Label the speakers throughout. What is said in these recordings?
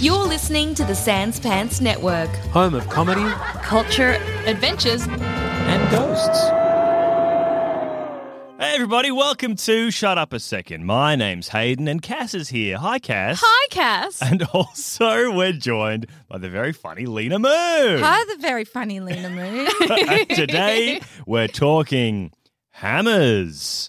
Speaker 1: You're listening to the Sans Pants Network.
Speaker 2: Home of comedy
Speaker 1: Culture, adventures,
Speaker 2: and ghosts.
Speaker 3: Hey everybody, welcome to Shut Up a Second. My name's Hayden and Cass is here. Hi Cass.
Speaker 1: Hi, Cass.
Speaker 3: And also we're joined by the very funny Lena Moon.
Speaker 4: Hi, the very funny Lena Moon.
Speaker 3: And today we're talking hammers.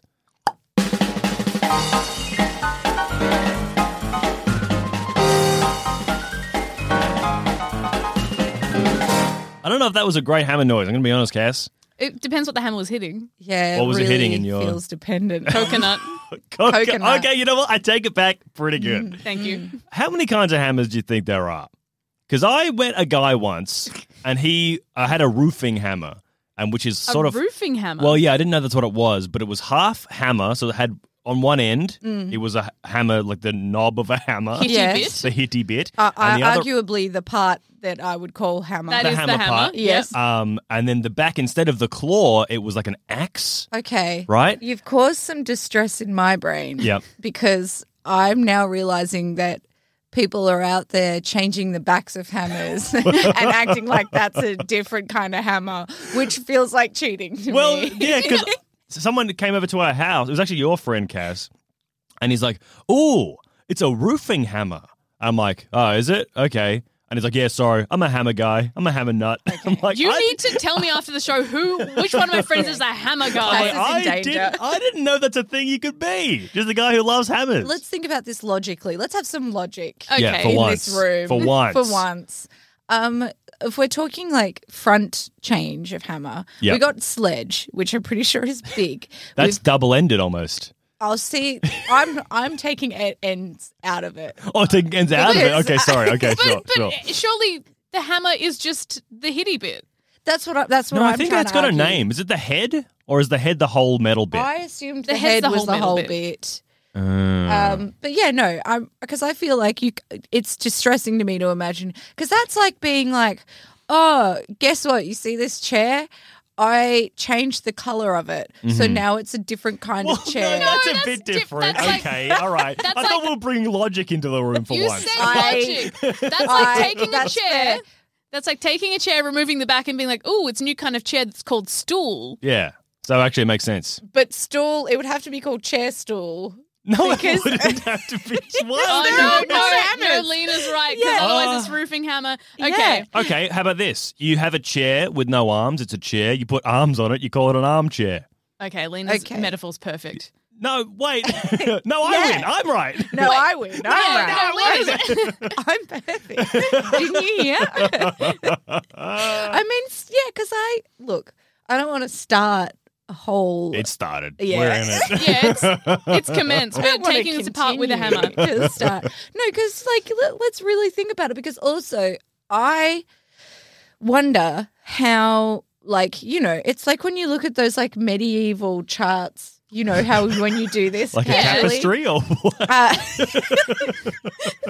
Speaker 3: I don't know if that was a great hammer noise. I'm going to be honest, Cass.
Speaker 5: It depends what the hammer was hitting.
Speaker 4: yeah,
Speaker 3: What was it
Speaker 4: really
Speaker 3: hitting in your-
Speaker 4: feels dependent.
Speaker 5: Coconut.
Speaker 3: Okay,
Speaker 4: Coconut.
Speaker 3: okay, you know what? I take it back. Pretty good.
Speaker 5: Thank you.
Speaker 4: Mm.
Speaker 3: How many kinds of hammers do you think there are? Because I met a guy once, and he uh, had a roofing hammer, and which is sort
Speaker 5: a
Speaker 3: of
Speaker 5: roofing hammer.
Speaker 3: well, yeah, I didn't know that's what it was, but it was half hammer, so it had on one end it was a hammer, like the knob of a hammer,
Speaker 5: Hitty
Speaker 4: Yes.
Speaker 3: the
Speaker 5: bit.
Speaker 3: hitty bit,
Speaker 4: Uh,
Speaker 3: and the
Speaker 4: uh, arguably the part that I would call hammer.
Speaker 5: That
Speaker 3: the
Speaker 5: is
Speaker 3: hammer
Speaker 5: the hammer.
Speaker 3: part.
Speaker 5: Yes.
Speaker 3: um, and then the back instead of the claw, it was like an axe,
Speaker 4: okay.
Speaker 3: right?
Speaker 4: You've caused some distress in my brain.
Speaker 3: Yep.
Speaker 4: Because I'm now realizing that people are out there changing the backs of hammers and acting like that's a different kind of hammer, which feels like cheating to
Speaker 3: Well,
Speaker 4: me.
Speaker 3: yeah, because someone came over to our house. It was actually your friend, Cass, and he's like, "Oh, it's a roofing hammer." I'm like, "Oh, is it? Okay." And he's like, "Yeah, sorry, I'm a hammer guy. I'm a hammer nut." I'm like,
Speaker 5: You
Speaker 3: I,
Speaker 5: need to tell me after the show who, which one of my friends is a hammer
Speaker 3: I'm
Speaker 5: guy.
Speaker 3: like,
Speaker 4: Cass is in
Speaker 3: I
Speaker 4: danger.
Speaker 3: didn't, I didn't know that's a thing you could be. Just the guy who loves hammers.
Speaker 4: Let's think about this logically. Let's have some logic.
Speaker 5: Okay.
Speaker 3: Yeah, for
Speaker 4: in
Speaker 3: once.
Speaker 4: this room
Speaker 3: For once.
Speaker 4: For once. Um, if we're talking like front change of hammer,
Speaker 3: Yep.
Speaker 4: we got sledge, which I'm pretty sure is big.
Speaker 3: That's
Speaker 4: We've-
Speaker 3: double ended almost.
Speaker 4: I'll see. I'm I'm taking e- ends out of it.
Speaker 3: Oh, it ends out of it.
Speaker 4: is.
Speaker 3: Okay, sorry. Okay,
Speaker 5: But,
Speaker 3: sure,
Speaker 5: but
Speaker 3: sure.
Speaker 5: surely the hammer is just the hitty bit.
Speaker 4: That's what I, that's what
Speaker 3: No,
Speaker 4: I'm
Speaker 3: I think
Speaker 4: trying
Speaker 3: that's
Speaker 4: to
Speaker 3: got
Speaker 4: argue.
Speaker 3: a name. Is it the head or is the head the whole metal bit?
Speaker 4: I assumed the,
Speaker 5: The head's
Speaker 4: head
Speaker 5: the
Speaker 4: was
Speaker 5: whole
Speaker 4: the
Speaker 5: metal
Speaker 4: whole
Speaker 5: bit.
Speaker 4: bit. Um, but yeah, no, I'm because I feel like you. c- It's distressing to me to imagine because that's like being like, oh, guess what? You see this chair? I changed the color of it, so now it's a different kind
Speaker 3: Well,
Speaker 4: of chair.
Speaker 3: No, that's,
Speaker 5: that's
Speaker 3: a bit
Speaker 5: di-
Speaker 3: different.
Speaker 5: that's like-
Speaker 3: okay, all right. I
Speaker 5: that's
Speaker 3: thought
Speaker 5: like-
Speaker 3: we'll bring logic into the room for
Speaker 5: You
Speaker 3: once.
Speaker 5: said
Speaker 4: I-
Speaker 5: logic. That's like
Speaker 4: I-
Speaker 5: taking
Speaker 4: that's
Speaker 5: a chair.
Speaker 4: fair.
Speaker 5: That's like taking a chair, removing the back, and being like, "Oh, it's a new kind of chair that's called stool."
Speaker 3: yeah. So actually, it makes sense.
Speaker 4: But stool, it would have to be called chair stool.
Speaker 3: No, it
Speaker 4: Because-
Speaker 3: wouldn't have to be.
Speaker 5: Oh
Speaker 3: Why?
Speaker 4: It's
Speaker 5: no, no, no,
Speaker 4: hammers.
Speaker 5: Lena's right because
Speaker 4: Yeah.
Speaker 3: Oh.
Speaker 5: otherwise it's roofing hammer. Okay,
Speaker 4: Yeah.
Speaker 3: Okay, how about this? You have a chair with no arms. It's a chair. You put arms on it. You call it an armchair.
Speaker 5: okay, Lena's
Speaker 4: Okay.
Speaker 5: metaphor's perfect.
Speaker 3: No, wait. no, I
Speaker 4: Yeah.
Speaker 3: win. I'm right.
Speaker 4: No, I win. I'm
Speaker 5: Yeah,
Speaker 4: right.
Speaker 5: no, Lena's-
Speaker 4: I'm perfect. Didn't you hear? I mean, s- yeah, because I look. I don't want to start a whole.
Speaker 3: It started.
Speaker 4: Yeah.
Speaker 3: We're in it.
Speaker 5: Yeah, it's, it's commenced. We're
Speaker 4: wanna
Speaker 5: taking this apart with a hammer.
Speaker 4: continue to start. No, because like let, us really think about it. Because also, I wonder how like you know it's like when you look at those like medieval charts. You know how when you do this,
Speaker 3: Like a
Speaker 4: casually-
Speaker 3: tapestry or what?
Speaker 4: Uh,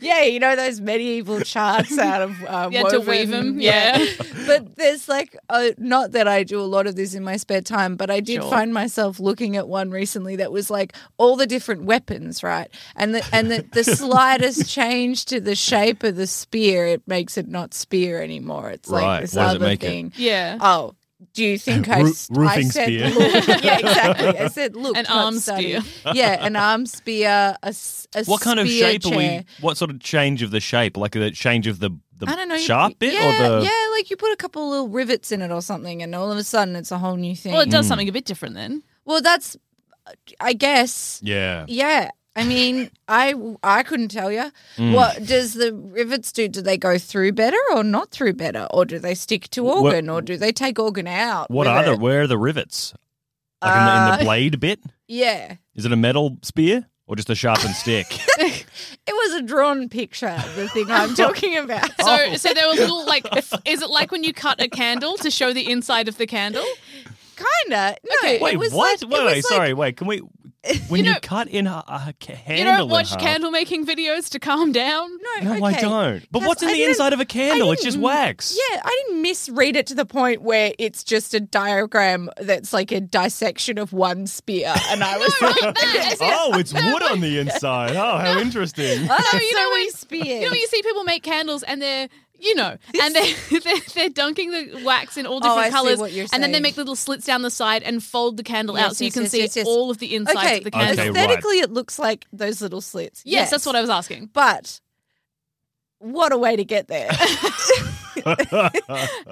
Speaker 4: yeah, you know those medieval charts out of uh,
Speaker 5: You had to weave
Speaker 4: woven-
Speaker 5: them. Yeah.
Speaker 4: but there's like uh not that I do a lot of this in my spare time, but I did
Speaker 5: Sure.
Speaker 4: find myself looking at one recently that was like all the different weapons, right? And the and the, the slightest change to the shape of the spear, it makes it not spear anymore. It's like
Speaker 3: Right.
Speaker 4: this
Speaker 3: What does it
Speaker 4: other
Speaker 3: make it?
Speaker 4: thing.
Speaker 5: Yeah.
Speaker 4: Oh, do you think I,
Speaker 3: Roo-
Speaker 4: s- I
Speaker 3: roofing
Speaker 4: said
Speaker 3: spear.
Speaker 4: look? yeah, exactly. I said look,
Speaker 5: An
Speaker 4: not
Speaker 5: arm
Speaker 4: study. Yeah, an arm spear. A, s- a
Speaker 3: What kind of
Speaker 4: spear
Speaker 3: shape are
Speaker 4: chair.
Speaker 3: we? What sort of change of the shape? Like the change of the, the
Speaker 4: I don't know.
Speaker 3: sharp bit
Speaker 4: yeah,
Speaker 3: or the
Speaker 4: yeah, like you put a couple little rivets in it or something, and all of a sudden it's a whole new thing.
Speaker 5: Well, it does something a bit different then.
Speaker 4: Well, that's, I guess,
Speaker 3: yeah.
Speaker 4: yeah. I mean, I I couldn't tell you.
Speaker 3: Mm.
Speaker 4: What does the rivets do? Do they go through better or not through better, or do they stick to
Speaker 3: What-
Speaker 4: organ, or do they take organ out?
Speaker 3: What
Speaker 4: with
Speaker 3: are the
Speaker 4: it? Uh,
Speaker 3: where are the rivets? Like in, the, in the blade bit?
Speaker 4: Yeah,
Speaker 3: Is it a metal spear or just a sharpened stick?
Speaker 4: it was a drawn picture. The thing I'm talking about.
Speaker 5: So, so there were little like, is it like when you cut a candle to show the inside of the candle?
Speaker 4: Kinda. No,
Speaker 5: Okay.
Speaker 4: it
Speaker 3: Wait,
Speaker 4: was
Speaker 3: what?
Speaker 4: like-
Speaker 3: wait,
Speaker 4: it was
Speaker 3: wait,
Speaker 4: like-
Speaker 3: sorry, wait. Can we when you,
Speaker 5: know-
Speaker 3: cut in a, a ca-
Speaker 5: You
Speaker 3: handle.
Speaker 5: don't
Speaker 3: in
Speaker 5: watch
Speaker 3: half.
Speaker 5: candle making videos to calm down?
Speaker 3: No, I
Speaker 4: okay.
Speaker 3: don't. But
Speaker 4: Because
Speaker 3: what's in
Speaker 4: I
Speaker 3: the
Speaker 4: didn't-
Speaker 3: inside of a candle? It's just
Speaker 4: didn't-
Speaker 3: wax.
Speaker 4: Yeah, I didn't misread it to the point where it's just a diagram that's like a dissection of one spear, and I was like,
Speaker 5: That-
Speaker 3: Oh, it's wood on the inside. Oh, how interesting.
Speaker 4: "Oh,
Speaker 5: No, you
Speaker 4: so
Speaker 5: know
Speaker 4: many
Speaker 5: when-
Speaker 4: spears."
Speaker 5: You know, when you see people make candles and they're, you know, and they're, they're, they're dunking the wax in all
Speaker 4: Oh,
Speaker 5: different
Speaker 4: I see
Speaker 5: colors.
Speaker 4: what you're
Speaker 5: And then they
Speaker 4: saying.
Speaker 5: make little slits down the side and fold the candle out
Speaker 4: Yes,
Speaker 5: so you
Speaker 4: yes,
Speaker 5: can
Speaker 4: yes,
Speaker 5: see
Speaker 4: yes, yes.
Speaker 5: all of the insides
Speaker 4: okay,
Speaker 5: of the candle.
Speaker 3: Okay, right.
Speaker 4: aesthetically, it looks like those little slits.
Speaker 5: Yes, that's what I was asking.
Speaker 4: But what a way to get there!
Speaker 5: Uh,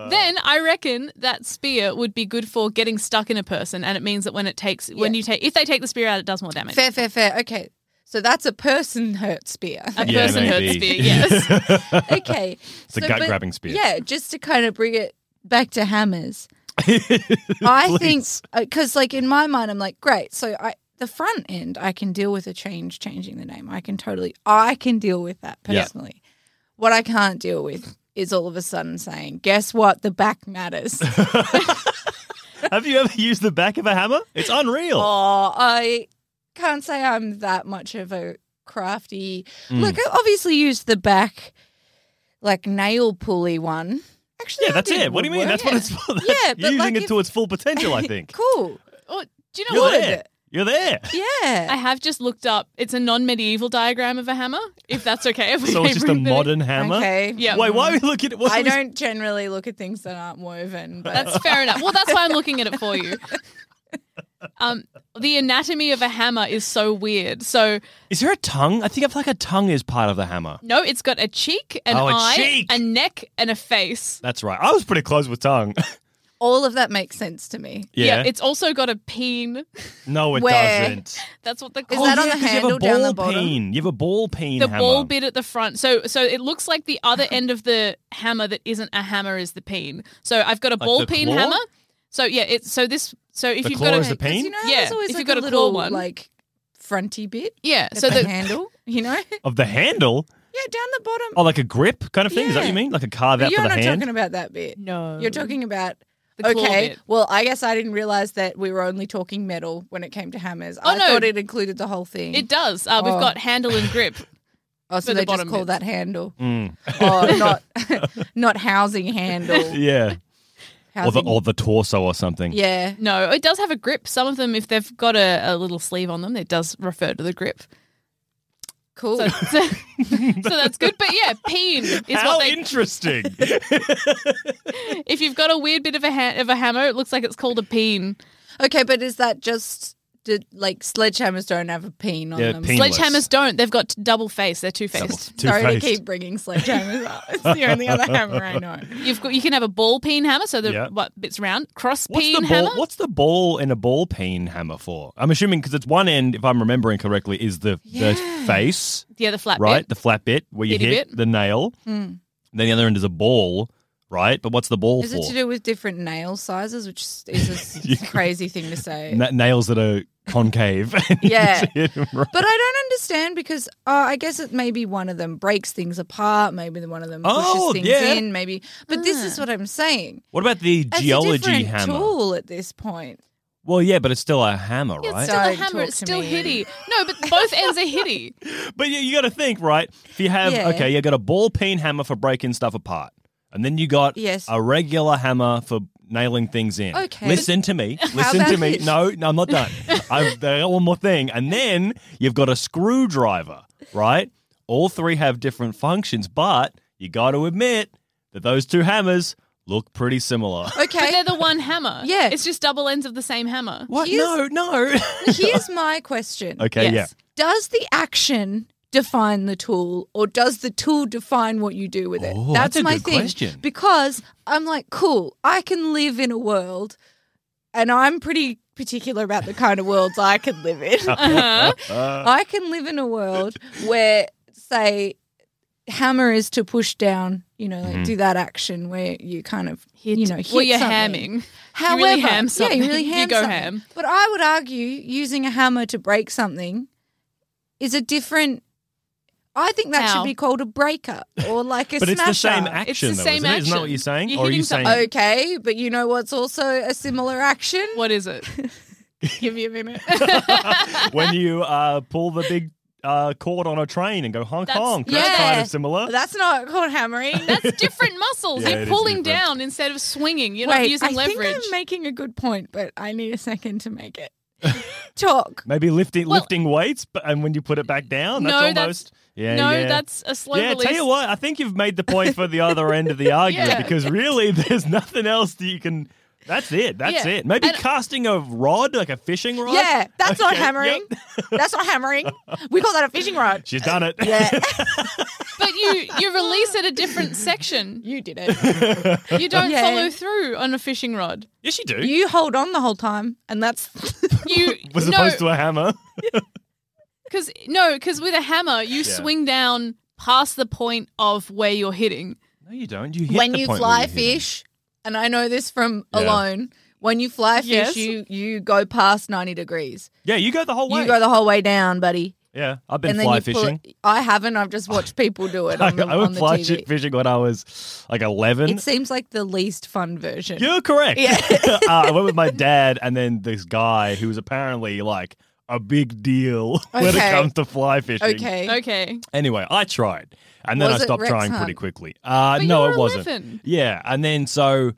Speaker 5: then I reckon that spear would be good for getting stuck in a person, and it means that when it takes, when
Speaker 4: Yeah.
Speaker 5: you take, if they take the spear out, it does more damage.
Speaker 4: fair, fair, fair. Okay, so that's a person hurt spear.
Speaker 5: A
Speaker 3: Yeah,
Speaker 5: person hurt
Speaker 3: maybe.
Speaker 5: spear, yes.
Speaker 4: okay,
Speaker 3: It's a gut-grabbing spear.
Speaker 4: Yeah, just to kind of bring it back to hammers. I think because, like in my mind, I'm like, great. So I the front end, I can deal with a change, changing the name. I can totally, I can deal with that
Speaker 3: Yeah.
Speaker 4: personally. What I can't deal with is all of a sudden saying, guess what? The back matters.
Speaker 3: Have you ever used the back of a hammer? It's unreal.
Speaker 4: Oh, I can't say I'm that much of a crafty.
Speaker 3: Mm.
Speaker 4: Look, I obviously used the back, like nail pulley one. Actually,
Speaker 3: yeah,
Speaker 4: I
Speaker 3: that's
Speaker 4: did
Speaker 3: it. What do you mean?
Speaker 4: woodwork.
Speaker 3: That's what it's for. That's
Speaker 4: Yeah, but
Speaker 3: using
Speaker 4: like
Speaker 3: it
Speaker 4: if-
Speaker 3: to its full potential, I think.
Speaker 4: cool.
Speaker 5: Or, do you know
Speaker 3: You're
Speaker 5: what?
Speaker 3: there. You're there.
Speaker 5: I
Speaker 4: Yeah.
Speaker 5: have just looked up. It's a non-medieval diagram of a hammer. If that's okay, if we
Speaker 3: So it's just a
Speaker 5: bring that in.
Speaker 3: modern hammer.
Speaker 4: Okay.
Speaker 5: Yeah.
Speaker 3: Wait, why are we looking at what
Speaker 4: Mm. I
Speaker 3: are we-
Speaker 4: don't generally look at things that aren't woven, but
Speaker 5: That's fair enough. Well, that's why I'm looking at it for you. Um, the anatomy of a hammer is so weird. So
Speaker 3: Is there a tongue? I think I feel like a tongue is part of the hammer.
Speaker 5: no, it's got a cheek, an
Speaker 3: Oh, a
Speaker 5: eye,
Speaker 3: cheek.
Speaker 5: a neck, and a face.
Speaker 3: That's right. I was pretty close with tongue.
Speaker 4: all of that makes sense to me.
Speaker 3: yeah.
Speaker 5: it's also got a peen.
Speaker 3: no, it
Speaker 4: Where?
Speaker 3: doesn't. Oh,
Speaker 5: That's what they're
Speaker 4: Is
Speaker 5: called.
Speaker 4: that on
Speaker 3: yeah,
Speaker 4: the
Speaker 3: 'cause
Speaker 4: handle
Speaker 3: You have a
Speaker 4: down
Speaker 3: ball
Speaker 4: the bottom?
Speaker 3: peen. You have a ball peen
Speaker 5: the
Speaker 3: hammer.
Speaker 5: ball bit at the front. So so it looks like the other end of the hammer that isn't a hammer is the peen. So I've got a ball
Speaker 3: the
Speaker 5: peen
Speaker 3: claw?
Speaker 5: hammer. So yeah, it's so this so if
Speaker 3: The
Speaker 5: you've
Speaker 3: claw
Speaker 5: got a
Speaker 3: is the
Speaker 4: 'Cause
Speaker 3: peen?
Speaker 4: You know,
Speaker 5: Yeah,
Speaker 4: there's always
Speaker 5: if
Speaker 4: like
Speaker 5: you've got a
Speaker 4: little,
Speaker 5: claw one.
Speaker 4: like fronty bit.
Speaker 5: yeah,
Speaker 4: at
Speaker 5: so
Speaker 4: the,
Speaker 5: the
Speaker 4: handle, you know.
Speaker 3: of the handle.
Speaker 4: yeah, down the bottom.
Speaker 3: Oh, like a grip kind of thing. Is that what you
Speaker 4: Yeah.
Speaker 3: mean? Like a carve
Speaker 4: But
Speaker 3: out for
Speaker 4: you're
Speaker 3: the
Speaker 4: not
Speaker 3: hand.
Speaker 4: talking about that bit.
Speaker 5: no.
Speaker 4: You're talking about
Speaker 5: The claw
Speaker 4: okay.
Speaker 5: bit.
Speaker 4: Well, I guess I didn't realize that we were only talking metal when it came to hammers.
Speaker 5: Oh,
Speaker 4: I
Speaker 5: no.
Speaker 4: thought it included the whole thing.
Speaker 5: It does. Uh, We've
Speaker 4: Oh.
Speaker 5: got handle and grip.
Speaker 4: oh,
Speaker 5: for
Speaker 4: so
Speaker 5: the
Speaker 4: they
Speaker 5: bottom
Speaker 4: just call
Speaker 5: bits.
Speaker 4: that handle,
Speaker 3: Mm.
Speaker 4: or not not housing handle.
Speaker 3: Yeah. Or the,
Speaker 4: Housing-
Speaker 3: or the torso or something.
Speaker 4: yeah.
Speaker 5: No, it does have a grip. Some of them, if they've got a, a little sleeve on them, it does refer to the grip.
Speaker 4: Cool.
Speaker 5: So, so, so that's good. But yeah, peen is
Speaker 3: How
Speaker 5: what they.
Speaker 3: interesting.
Speaker 5: if you've got a weird bit of a ha- of a hammer, it looks like it's called a peen.
Speaker 4: okay, but is that just did, like sledgehammers don't have a peen on
Speaker 3: Yeah,
Speaker 4: them?
Speaker 3: peen- Peenless.
Speaker 5: Sledgehammers don't. They've got double face. They're two faced.
Speaker 4: Sorry to
Speaker 3: Two-faced.
Speaker 4: keep bringing sledgehammers up. It's the only other hammer I know.
Speaker 5: You've got. You can have a ball peen hammer. So the
Speaker 3: Yeah.
Speaker 5: what bits round cross
Speaker 3: What's
Speaker 5: peen
Speaker 3: the ball?
Speaker 5: hammer.
Speaker 3: What's the ball in a ball peen hammer for? I'm assuming because it's one end, if I'm remembering correctly, is the the face,
Speaker 5: Yeah, the flat
Speaker 3: right?
Speaker 5: bit.
Speaker 3: The flat bit where you
Speaker 5: Bitty
Speaker 3: hit
Speaker 5: bit.
Speaker 3: the nail.
Speaker 4: Hmm.
Speaker 3: Then the other end is a ball, right? But what's the ball
Speaker 4: Is
Speaker 3: for?
Speaker 4: it to do with different nail sizes, which is a s- crazy thing to say?
Speaker 3: Na- nails that are concave.
Speaker 4: Yeah.
Speaker 3: Right.
Speaker 4: But I don't understand because uh, I guess it maybe one of them breaks things apart, maybe the- one of them pushes
Speaker 3: Oh,
Speaker 4: things
Speaker 3: yeah.
Speaker 4: in, maybe. But this is what I'm saying.
Speaker 3: What about the
Speaker 4: It's a
Speaker 3: geology
Speaker 4: different
Speaker 3: hammer?
Speaker 4: tool at this point.
Speaker 3: Well, yeah, but it's still a hammer,
Speaker 5: Yeah,
Speaker 3: right?
Speaker 5: it's still a
Speaker 4: Don't
Speaker 5: hammer.
Speaker 4: talk
Speaker 5: It's
Speaker 4: to
Speaker 5: still
Speaker 4: me.
Speaker 5: hitty. No, but both ends are hitty.
Speaker 3: But you, you got to think, right? If you have
Speaker 4: Yeah.
Speaker 3: okay, you got a ball peen hammer for breaking stuff apart, and then you got
Speaker 4: Yes.
Speaker 3: a regular hammer for nailing things in.
Speaker 4: Okay.
Speaker 3: listen to me. Listen to
Speaker 4: about
Speaker 3: me.
Speaker 4: this?
Speaker 3: No, no, I'm not done. I've I got one more thing, and then you've got a screwdriver, right? All three have different functions, but you got to admit that those two hammers look pretty similar.
Speaker 5: But
Speaker 4: Okay,
Speaker 5: they're the one hammer.
Speaker 4: Yeah.
Speaker 5: It's just double ends of the same hammer.
Speaker 3: What? No,
Speaker 4: Here's-
Speaker 3: no.
Speaker 4: here's my question
Speaker 3: okay,
Speaker 5: Yes.
Speaker 4: Does the action define the tool, or does the tool define what you do with it?
Speaker 3: Oh, that's a
Speaker 4: my
Speaker 3: good
Speaker 4: thing.
Speaker 3: question.
Speaker 4: Because I'm like, cool, I can live in a world, and I'm pretty particular about the kind of worlds I can live in.
Speaker 5: Uh-huh.
Speaker 3: yeah. Uh,
Speaker 4: I can live in a world where, say, hammer is to push down, you know, like
Speaker 3: Mhm.
Speaker 4: do that action where you kind of, you know, hit
Speaker 5: well, you're
Speaker 4: something.
Speaker 5: hamming.
Speaker 4: However,
Speaker 5: you really ham something.
Speaker 4: yeah, you really ham
Speaker 5: You go
Speaker 4: something.
Speaker 5: ham.
Speaker 4: But I would argue using a hammer to break something is a different. I think that
Speaker 5: How?
Speaker 4: should be called a breaker or like a
Speaker 3: but it's
Speaker 4: smasher.
Speaker 3: the same action,
Speaker 5: It's the
Speaker 3: though,
Speaker 5: same
Speaker 3: isn't it? Isn't that what
Speaker 5: action.
Speaker 3: you're saying?
Speaker 5: You're
Speaker 3: or are
Speaker 5: hitting
Speaker 3: you
Speaker 5: something.
Speaker 3: saying
Speaker 4: Okay, but you know what's also a similar action?
Speaker 5: What is it?
Speaker 4: Give me a minute.
Speaker 3: when you uh, pull the big uh, cord on a train and go honk
Speaker 5: That's-
Speaker 3: honk. That's
Speaker 4: yeah.
Speaker 3: kind of similar.
Speaker 4: That's not called hammering.
Speaker 5: That's different muscles.
Speaker 3: Yeah, it
Speaker 5: You're
Speaker 3: is
Speaker 5: pulling
Speaker 3: different.
Speaker 5: down instead of swinging. You're not
Speaker 4: Wait,
Speaker 5: using
Speaker 4: I
Speaker 5: leverage.
Speaker 4: think I'm making a good point, but I need a second to make it. Talk.
Speaker 3: Maybe lifting
Speaker 5: Well-
Speaker 3: lifting weights, but and when you put it back down, that's
Speaker 5: No, that's-
Speaker 3: almost yeah.
Speaker 5: no,
Speaker 3: yeah.
Speaker 5: that's a slow
Speaker 3: yeah.
Speaker 5: release.
Speaker 3: Tell you what, I think you've made the point for the other end of the argument
Speaker 5: Yeah.
Speaker 3: because really, there's nothing else that you can. That's it. That's
Speaker 5: Yeah.
Speaker 3: it. Maybe
Speaker 5: And-
Speaker 3: casting a rod, like a fishing rod.
Speaker 4: Yeah, that's not
Speaker 3: Okay,
Speaker 4: hammering. that's not hammering. We call that a fishing rod.
Speaker 3: She's done it.
Speaker 4: Yeah,
Speaker 5: But you you release at a different section.
Speaker 4: you did it.
Speaker 5: You don't
Speaker 4: Yeah.
Speaker 5: follow through on a fishing rod.
Speaker 3: yes, you do.
Speaker 4: You hold on the whole time, and that's
Speaker 5: You
Speaker 3: was
Speaker 5: no,
Speaker 3: opposed to a hammer.
Speaker 5: Because no, because with a hammer you
Speaker 3: Yeah.
Speaker 5: swing down past the point of where you're hitting.
Speaker 3: No, you don't. You hit
Speaker 4: when
Speaker 3: the
Speaker 4: you
Speaker 3: point where
Speaker 4: fly
Speaker 3: you hit it.
Speaker 4: fish, and I know this from
Speaker 3: Yeah.
Speaker 4: alone. When you fly fish,
Speaker 5: Yes. Oh,
Speaker 4: you you go past ninety degrees.
Speaker 3: Yeah, you go the whole way.
Speaker 4: You go the whole way down, buddy.
Speaker 3: yeah, I've been
Speaker 4: and then
Speaker 3: fly
Speaker 4: you
Speaker 3: fishing.
Speaker 4: Pull it. I haven't. I've just watched people do it on the,
Speaker 3: I, I
Speaker 4: on
Speaker 3: went
Speaker 4: the
Speaker 3: fly
Speaker 4: TV.
Speaker 3: fishing when I was like eleven.
Speaker 4: It seems like the least fun version.
Speaker 3: You're correct. uh, I went with my dad and then this guy who was apparently like a big deal when
Speaker 4: Okay.
Speaker 3: it comes to fly fishing.
Speaker 4: Okay.
Speaker 5: Okay.
Speaker 3: Anyway, I tried and then
Speaker 4: Was
Speaker 3: I
Speaker 4: it
Speaker 3: stopped
Speaker 4: Rex
Speaker 3: trying
Speaker 4: Hunt?
Speaker 3: pretty quickly. Uh,
Speaker 5: But
Speaker 3: no,
Speaker 5: you were
Speaker 3: it wasn't.
Speaker 5: 11.
Speaker 3: Yeah, and then so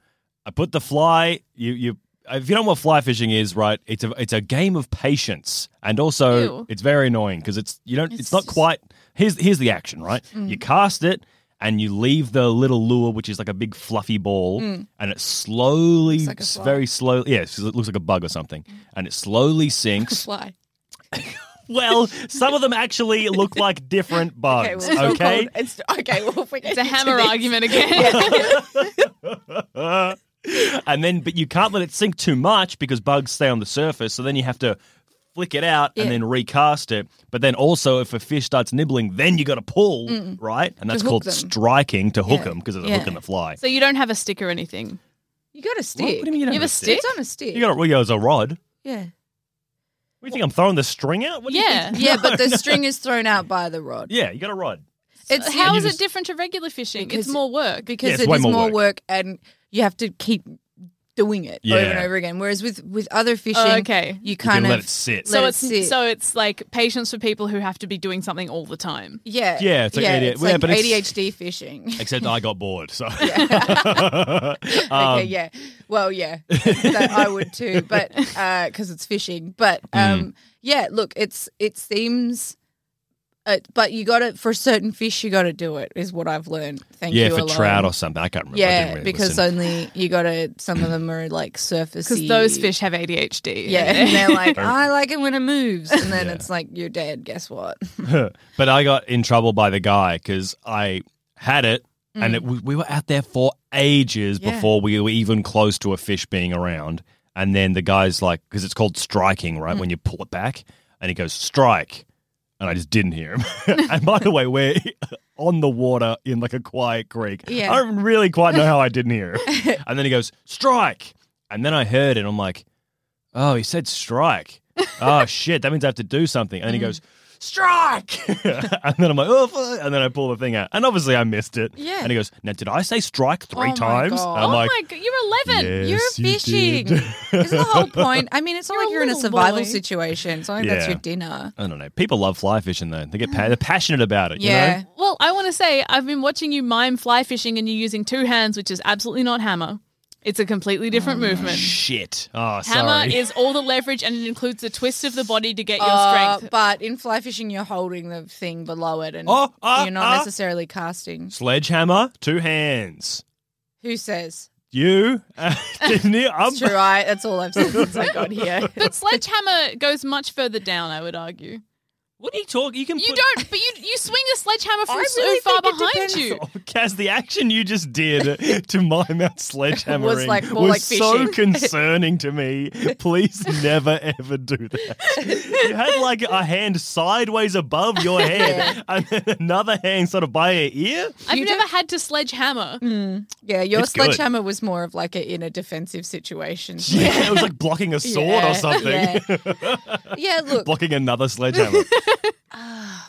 Speaker 3: I put the fly. You you if you don't know what fly fishing is, right? It's a it's a game of patience, and also
Speaker 5: Ew.
Speaker 3: it's very annoying because it's you don't it's,
Speaker 5: It's
Speaker 3: not
Speaker 5: just-
Speaker 3: quite. Here's here's the action, right?
Speaker 4: Mm.
Speaker 3: You cast it. And you leave the little lure, which is like a big fluffy ball, and it slowly,
Speaker 4: Mm. like a
Speaker 3: s-
Speaker 4: fly. Mm.
Speaker 3: very slowly, yes, it looks like a bug or something, and it slowly sinks.
Speaker 4: Fly.
Speaker 3: well, some of them actually look like different bugs.
Speaker 4: Okay, well, it's not called- it's okay. Well, if we
Speaker 5: It's a hammer argument again.
Speaker 3: and then but you can't let it sink too much because bugs stay on the surface so then you have to flick it out and
Speaker 4: Yeah.
Speaker 3: then recast it but then also if a fish starts nibbling then you got to pull right and that's
Speaker 4: Mm. hook
Speaker 3: called
Speaker 4: them.
Speaker 3: striking to hook
Speaker 4: Yeah.
Speaker 3: them because there's a
Speaker 4: Yeah.
Speaker 3: hook in the fly
Speaker 5: So you don't have a stick or anything.
Speaker 4: You got a
Speaker 3: What-
Speaker 4: stick.
Speaker 3: what do you mean you don't
Speaker 5: You have a stick?
Speaker 4: It's on a stick.
Speaker 3: you got it well, yeah, it's a rod what
Speaker 4: yeah.
Speaker 3: do you think i'm throwing the string out what do you
Speaker 5: Yeah.
Speaker 3: think?
Speaker 4: Yeah, but the string is thrown out by the rod.
Speaker 3: yeah you got a rod
Speaker 4: It's
Speaker 5: How
Speaker 3: you
Speaker 5: is
Speaker 3: just-
Speaker 5: it different to regular fishing?
Speaker 4: Because-
Speaker 5: It's more work.
Speaker 4: because
Speaker 3: Yeah, it's
Speaker 4: it
Speaker 3: way
Speaker 4: is
Speaker 3: more
Speaker 4: more,
Speaker 3: work.
Speaker 4: work. and you have to keep doing it over and
Speaker 3: Yeah.
Speaker 4: over again. Whereas with with other fishing,
Speaker 5: Oh, okay.
Speaker 4: you
Speaker 3: you
Speaker 4: kind
Speaker 3: can
Speaker 4: of
Speaker 3: let it sit
Speaker 5: so
Speaker 4: let it
Speaker 5: it's
Speaker 4: sit.
Speaker 5: so it's like patience for people who have to be doing something all the time.
Speaker 4: yeah,
Speaker 3: Yeah, it's like ADHD.
Speaker 4: it's
Speaker 3: Yeah,
Speaker 4: like
Speaker 3: but it's-
Speaker 4: ADHD fishing.
Speaker 3: except i got bored so um,
Speaker 4: okay, yeah. Well, yeah, that I would too, but because it's fishing. But
Speaker 3: Hmm.
Speaker 4: um, yeah, look, it's it seems. Uh, but you got to for certain fish. You got to do it is what I've learned. Thank
Speaker 3: yeah
Speaker 4: you.
Speaker 3: for
Speaker 4: alone.
Speaker 3: trout or something i can't remember I didn't
Speaker 4: yeah,
Speaker 3: really
Speaker 4: because
Speaker 3: listen.
Speaker 4: only you got to. Some of them are like surface.
Speaker 5: Because those fish have ADHD.
Speaker 4: Yeah, and they're like, I like it when it moves, and then
Speaker 3: Yeah.
Speaker 4: it's like you're dead. Guess what?
Speaker 3: but I got in trouble by the guy because I had it, and it, we, we were out there for ages
Speaker 4: Mm. Yeah.
Speaker 3: before we were even close to a fish being around. And then the guy's like, because it's called striking,
Speaker 4: Mm.
Speaker 3: right? When you pull it back, and he goes strike, and I just didn't hear him. and by the way, we're on the water in like a quiet creek.
Speaker 4: Yeah.
Speaker 3: I don't really quite know how I didn't hear him. and then he goes strike, and then I heard it. and I'm like, oh, he said strike. oh shit, that means I have to do something. And then he
Speaker 4: Mm.
Speaker 3: goes, strike. and then I'm like, oh, fuck. and then I pull the thing out, and obviously I missed it.
Speaker 4: Yeah.
Speaker 3: And he goes, now did I say strike three
Speaker 4: Oh my
Speaker 3: times?
Speaker 4: God.
Speaker 3: And I'm
Speaker 5: oh
Speaker 3: like,
Speaker 5: my god, you're 11.
Speaker 3: "Yes,
Speaker 4: you're
Speaker 3: you
Speaker 4: fishing.
Speaker 3: did."
Speaker 4: Isn't the whole point? I mean, it's not
Speaker 5: You're
Speaker 4: like
Speaker 5: a
Speaker 4: you're in a
Speaker 5: little
Speaker 4: survival
Speaker 5: boy.
Speaker 4: situation. It's not like that's
Speaker 3: Yeah.
Speaker 4: your dinner.
Speaker 3: I don't know. People love fly fishing though. They get pa- they're passionate about it.
Speaker 4: Yeah.
Speaker 3: You know?
Speaker 5: Well, I want to say I've been watching you mime fly fishing and you're using two hands, which is absolutely not hammer. It's a completely different
Speaker 3: Oh,
Speaker 5: movement.
Speaker 3: Shit. Oh,
Speaker 5: Hammer
Speaker 3: sorry.
Speaker 5: is all the leverage and it includes the twist of the body to get your
Speaker 4: Uh,
Speaker 5: strength.
Speaker 4: but in fly fishing, you're holding the thing below it, and
Speaker 3: Oh, ah,
Speaker 4: you're not
Speaker 3: ah.
Speaker 4: necessarily casting.
Speaker 3: sledgehammer, two hands.
Speaker 4: Who says?
Speaker 3: You didn't you? I'm
Speaker 4: It's true. I, that's all I've said since I got here.
Speaker 5: But sledgehammer goes much further down, I would argue.
Speaker 3: What are you talking? You can
Speaker 5: You
Speaker 3: put-
Speaker 5: don't, but you you swing a sledgehammer from
Speaker 4: I
Speaker 5: so
Speaker 4: really
Speaker 5: far
Speaker 4: think it
Speaker 5: behind
Speaker 4: depends
Speaker 5: you.
Speaker 3: Oh, Kaz, the action you just did to mime out sledgehammering
Speaker 4: Was like- more
Speaker 3: was
Speaker 4: like
Speaker 3: so
Speaker 4: fishing.
Speaker 3: concerning to me. Please never ever do that. You had like a hand sideways above your head and then another hand sort of by your ear.
Speaker 5: I've never had to sledgehammer.
Speaker 4: Mm. Yeah, your
Speaker 3: It's good.
Speaker 4: sledgehammer was more of like a in a defensive situation.
Speaker 3: Yeah, it was like blocking a sword
Speaker 4: Yeah,
Speaker 3: or something.
Speaker 4: Yeah, yeah look,
Speaker 3: blocking another sledgehammer.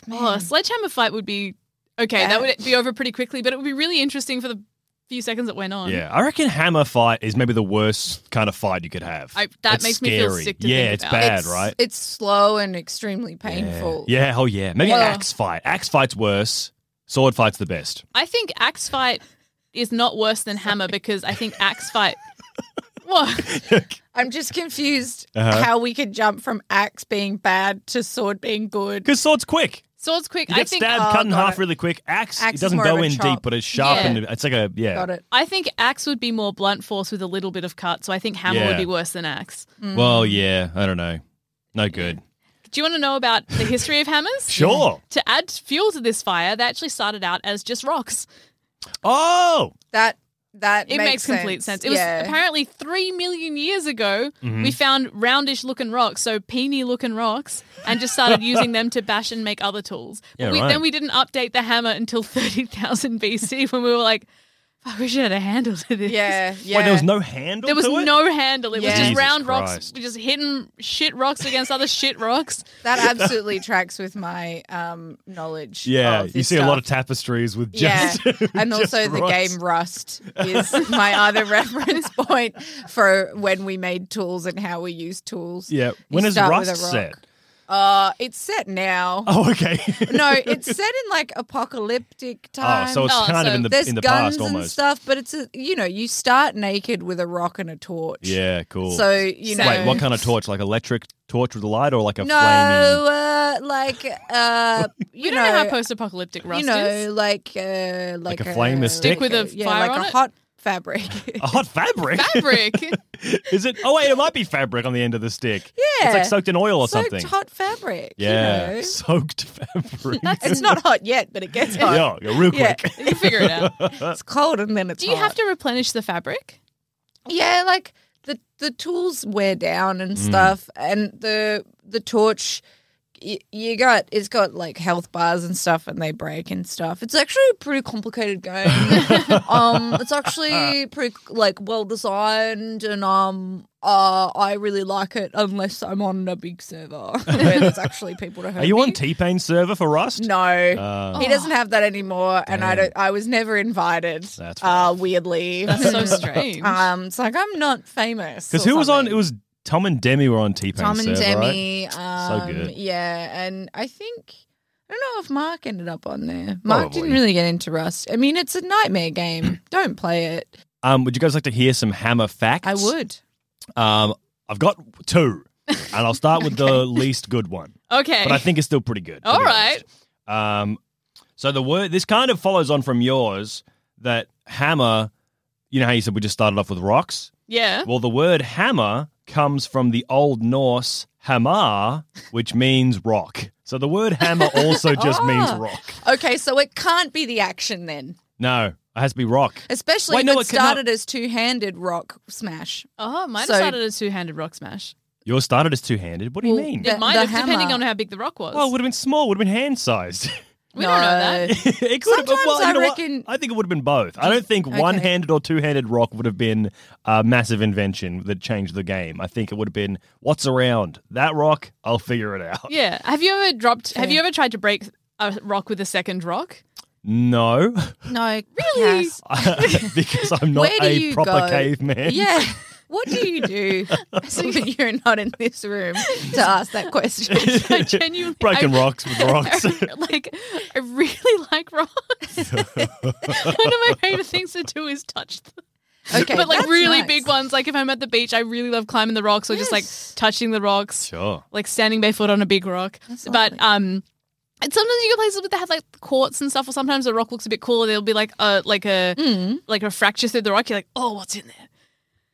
Speaker 5: Oh, a sledgehammer fight would be okay. That would be over pretty quickly, but it would be really interesting for the few seconds that went on.
Speaker 3: Yeah, I reckon hammer fight is maybe the worst kind of fight you could have.
Speaker 5: I- that
Speaker 3: It's
Speaker 5: makes me feel
Speaker 3: scary.
Speaker 5: sick to
Speaker 3: yeah,
Speaker 5: think
Speaker 3: it's
Speaker 5: about.
Speaker 3: bad,
Speaker 4: It's-
Speaker 3: right?
Speaker 4: It's slow and extremely
Speaker 3: Yeah.
Speaker 4: painful.
Speaker 3: Yeah, oh yeah. Maybe
Speaker 5: Well-
Speaker 3: axe fight. Axe fight's worse. Sword fight's the best.
Speaker 5: I think axe fight is not worse than hammer because I think axe fight. What?
Speaker 4: I'm just confused
Speaker 3: Uh-huh.
Speaker 4: how we could jump from axe being bad to sword being good.
Speaker 3: Because sword's quick.
Speaker 5: Swords quick.
Speaker 3: You
Speaker 5: I
Speaker 3: get
Speaker 5: think
Speaker 3: stabbed,
Speaker 4: oh,
Speaker 3: cut in
Speaker 4: got
Speaker 3: half
Speaker 4: it.
Speaker 3: really quick. Axe,
Speaker 4: Axe
Speaker 3: it
Speaker 4: is
Speaker 3: doesn't
Speaker 4: more of
Speaker 3: go
Speaker 4: a
Speaker 3: in
Speaker 4: chop.
Speaker 3: deep, but it's sharp
Speaker 5: Yeah.
Speaker 3: and it's like a yeah.
Speaker 4: Got it.
Speaker 5: I think axe would be more blunt force with a little bit of cut, so I think hammer
Speaker 3: Yeah.
Speaker 5: would be worse than axe.
Speaker 3: Well,
Speaker 4: Mm.
Speaker 3: yeah, I don't know. No good.
Speaker 5: Do you want to know about the history of hammers?
Speaker 3: Sure.
Speaker 5: To add fuel to this fire, they actually started out as just rocks.
Speaker 3: Oh,
Speaker 4: That that
Speaker 5: It makes,
Speaker 4: makes,
Speaker 5: complete sense. It
Speaker 4: yeah.
Speaker 5: was apparently three million years ago
Speaker 3: Mm-hmm.
Speaker 5: we found roundish looking rocks, so peony looking rocks, and just started using them to bash and make other tools. But
Speaker 3: Yeah,
Speaker 5: we,
Speaker 3: right.
Speaker 5: Then we didn't update the hammer until 30,000 BC when we were like, fuck, we should have a handle to this.
Speaker 4: Yeah, yeah.
Speaker 3: wait, there was no handle.
Speaker 5: There was
Speaker 3: to it?
Speaker 5: no handle. It was
Speaker 4: Yeah.
Speaker 5: just
Speaker 3: Jesus
Speaker 5: round rocks.
Speaker 3: Christ.
Speaker 5: We just hitting shit rocks against other shit rocks.
Speaker 4: that absolutely tracks with my um, knowledge.
Speaker 3: Yeah,
Speaker 4: of
Speaker 3: you
Speaker 4: this
Speaker 3: see a lot of
Speaker 4: stuff.
Speaker 3: tapestries with
Speaker 4: Yeah,
Speaker 3: just
Speaker 4: and
Speaker 3: just
Speaker 4: also the
Speaker 3: rocks.
Speaker 4: game Rust is my other reference point for when we made tools and how we use tools.
Speaker 3: Yeah,
Speaker 4: You
Speaker 3: when is
Speaker 4: start with
Speaker 3: Rust
Speaker 4: a rock.
Speaker 3: set?
Speaker 4: Uh, it's set now.
Speaker 3: Oh, okay.
Speaker 4: No, it's set in like apocalyptic
Speaker 3: oh,
Speaker 4: times.
Speaker 3: so it's
Speaker 5: Oh,
Speaker 3: kind of
Speaker 5: so
Speaker 3: in the
Speaker 4: There's
Speaker 3: in the
Speaker 4: guns
Speaker 3: past
Speaker 4: and
Speaker 3: almost.
Speaker 4: stuff, but it's a, you know you start naked with a rock and a torch.
Speaker 3: Yeah, cool.
Speaker 4: So you know.
Speaker 3: wait, what kind of torch? Like electric torch with a light, or like a flaming?
Speaker 4: No, uh, like uh, you
Speaker 5: You,
Speaker 4: know,
Speaker 5: don't know, how post-apocalyptic rust
Speaker 4: you know,
Speaker 5: is.
Speaker 4: like uh, like,
Speaker 3: a flame with stick? Oh,
Speaker 5: Stick with a
Speaker 4: yeah,
Speaker 5: fire
Speaker 4: like
Speaker 5: on
Speaker 4: a
Speaker 5: it?
Speaker 4: hot fabric.
Speaker 3: A hot fabric?
Speaker 5: Fabric.
Speaker 3: Is it? Oh wait, it might be fabric on the end of the stick.
Speaker 4: Yeah.
Speaker 3: it's like soaked in oil or
Speaker 4: Soaked
Speaker 3: something.
Speaker 4: hot fabric. you
Speaker 3: yeah,
Speaker 4: know.
Speaker 3: soaked fabric.
Speaker 4: it's not hot yet, but it gets hot.
Speaker 3: yeah, yeah, real
Speaker 4: Yeah.
Speaker 3: quick.
Speaker 5: you figure it out.
Speaker 4: It's cold and then it's.
Speaker 5: Do you have
Speaker 4: hot.
Speaker 5: to replenish the fabric?
Speaker 4: Yeah, like the the tools wear down
Speaker 3: Mm.
Speaker 4: and stuff, and the the torch. y- You got it's got like health bars and stuff, and they break and stuff. It's actually a pretty complicated game. um, it's actually pretty like well designed, and um, uh, I really like it. Unless I'm on a big server where there's actually people to hurt
Speaker 3: Are you
Speaker 4: me.
Speaker 3: on T Pain server for Rust?
Speaker 4: No, Oh,
Speaker 3: Uh,
Speaker 4: he doesn't have that anymore, and I
Speaker 3: Damn.
Speaker 4: don't. I was never invited.
Speaker 3: That's
Speaker 4: uh, weirdly.
Speaker 5: That's so strange.
Speaker 4: Um, it's like I'm not famous.
Speaker 3: Because
Speaker 4: or
Speaker 3: who was on?
Speaker 4: something.
Speaker 3: It was Tom and Demi were on T Pain.
Speaker 4: Tom and
Speaker 3: server, Right?
Speaker 4: Demi. Um,
Speaker 3: good.
Speaker 4: Yeah, and I think I don't know if Mark ended up on there. Mark
Speaker 3: Probably.
Speaker 4: didn't really get into Rust. I mean, it's a nightmare game. don't play it.
Speaker 3: Um, would you guys like to hear some hammer facts?
Speaker 4: I would.
Speaker 3: Um, I've got two, and I'll start with the least good one,
Speaker 5: Okay.
Speaker 3: but I think it's still pretty good. to
Speaker 5: All
Speaker 3: be
Speaker 5: right.
Speaker 3: honest. Um, so the word this kind of follows on from yours that hammer. You know how you said we just started off with rocks.
Speaker 5: yeah.
Speaker 3: Well, the word hammer comes from the Old Norse hamar, which means rock. So the word hammer also just means
Speaker 4: Ah.
Speaker 3: rock.
Speaker 4: Okay, so it can't be the action then,
Speaker 3: No, it has to be rock.
Speaker 4: especially
Speaker 3: Wait,
Speaker 4: if
Speaker 3: no,
Speaker 4: it
Speaker 3: it cannot-
Speaker 4: started as two-handed rock smash.
Speaker 5: Oh, mine
Speaker 4: So-
Speaker 5: started as two-handed rock smash.
Speaker 3: Yours started as two handed. What do you
Speaker 4: Well,
Speaker 3: mean?
Speaker 4: The-
Speaker 5: It might
Speaker 4: the
Speaker 5: have, depending
Speaker 4: hammer.
Speaker 5: on how big the rock was.
Speaker 3: Oh, it would have been small. Would have been hand sized.
Speaker 5: we don't know that.
Speaker 3: it could have been. Well,
Speaker 4: Sometimes I
Speaker 3: you know what?
Speaker 4: reckon-
Speaker 3: I think it would have been both. I don't think one handed or two handed rock would have been a massive invention that changed the game. I think it would have been what's around that rock. I'll figure it out.
Speaker 5: Yeah. Have you ever dropped? Have you ever tried to break a rock with a second rock?
Speaker 3: No,
Speaker 4: No,
Speaker 5: Really?
Speaker 4: Cass.
Speaker 3: because I'm not
Speaker 4: Where do
Speaker 3: a
Speaker 4: you
Speaker 3: proper
Speaker 4: go?
Speaker 3: caveman.
Speaker 4: Yeah. What do you do so that you're not in this room to ask that question?
Speaker 5: I genuinely
Speaker 3: Breaking
Speaker 5: I-
Speaker 3: rocks with rocks.
Speaker 5: like I really like rocks. One of my favorite things to do is touch them.
Speaker 4: Okay,
Speaker 5: but like
Speaker 4: that's
Speaker 5: really
Speaker 4: nice.
Speaker 5: big ones. Like if I'm at the beach, I really love climbing the rocks or just like
Speaker 4: Yes.
Speaker 5: touching the rocks,
Speaker 3: sure.
Speaker 5: like standing barefoot on a big rock. but
Speaker 4: lovely.
Speaker 5: um, and sometimes you go places where they have like quartz and stuff, or sometimes the rock looks a bit cool. There'll be like a like a like a fracture through the rock. You're like, oh, what's in there?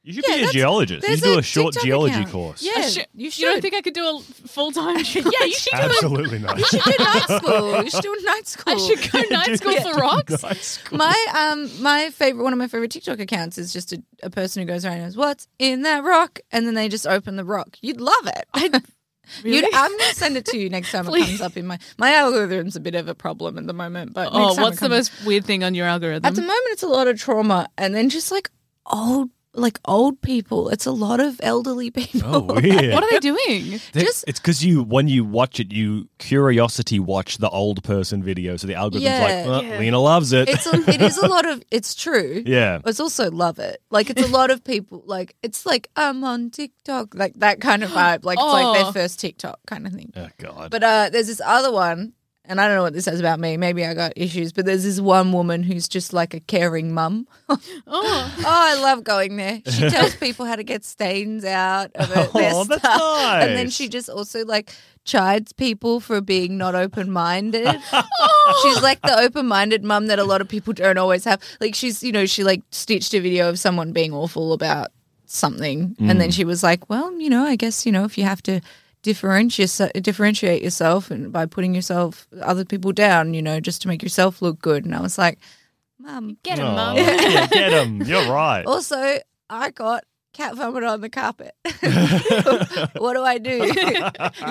Speaker 3: You should
Speaker 4: Yeah,
Speaker 3: be a
Speaker 4: that's-
Speaker 3: geologist. You
Speaker 4: there's
Speaker 3: should do
Speaker 4: a
Speaker 3: a short
Speaker 4: TikTok
Speaker 3: geology
Speaker 4: account.
Speaker 3: course.
Speaker 4: Yeah.
Speaker 5: I should-
Speaker 4: you
Speaker 5: You don't
Speaker 4: should.
Speaker 5: think I could do a full time? yeah, you should.
Speaker 3: Absolutely not.
Speaker 4: You should do night school. You should do night school.
Speaker 5: I should go night school for rocks.
Speaker 4: My um my favorite one of my favorite TikTok accounts is just a, a person who goes around and goes, "What's in that rock?" and then they just open the rock. You'd love it.
Speaker 5: I,
Speaker 4: You'd,
Speaker 5: Really?
Speaker 4: I'm gonna send it to you next time it
Speaker 5: Please.
Speaker 4: comes up in my my algorithm's a bit of a problem at the moment. But
Speaker 5: oh,
Speaker 4: next time it
Speaker 5: what's the
Speaker 4: comes-
Speaker 5: most weird thing on your algorithm?
Speaker 4: At the moment, it's a lot of trauma, and then just like old like old people. It's a lot of elderly people.
Speaker 3: Oh, weird.
Speaker 5: What are they doing?
Speaker 3: Th-
Speaker 4: Just-
Speaker 3: it's because you when you watch it, you curiosity watch the old person video, so the algorithm's
Speaker 4: Yeah.
Speaker 3: like, "Well, Lena loves it.
Speaker 4: It's a, it is a lot of it's true.
Speaker 3: yeah,
Speaker 4: It's also love it. Like it's a lot of people like it's like I'm on TikTok. Like that kind of vibe. Like it's like
Speaker 5: Oh.
Speaker 4: their first TikTok kind of thing.
Speaker 3: oh god,
Speaker 4: But uh, there's this other one, and I don't know what this says about me. Maybe I got issues, but there's this one woman who's just like a caring mum. oh,
Speaker 5: Oh,
Speaker 4: I love going there. She tells people how to get stains out of it.
Speaker 3: Oh, that's
Speaker 4: And then
Speaker 3: nice.
Speaker 4: she just also like chides people for being not open minded.
Speaker 3: Oh.
Speaker 4: she's like the open minded mum that a lot of people don't always have. Like she's, you know, she like stitched a video of someone being awful about something, and
Speaker 3: Mm.
Speaker 4: then she was like, "Well, you know, I guess you know if you have to." Differentiate, differentiate yourself and by putting yourself other people down, you know, just to make yourself look good. And I was like, Mum.
Speaker 5: get him,
Speaker 3: Aw,
Speaker 5: mum.
Speaker 3: Oh, yeah, get him. You're right.
Speaker 4: Also, I got cat vomit on the carpet. what do I do?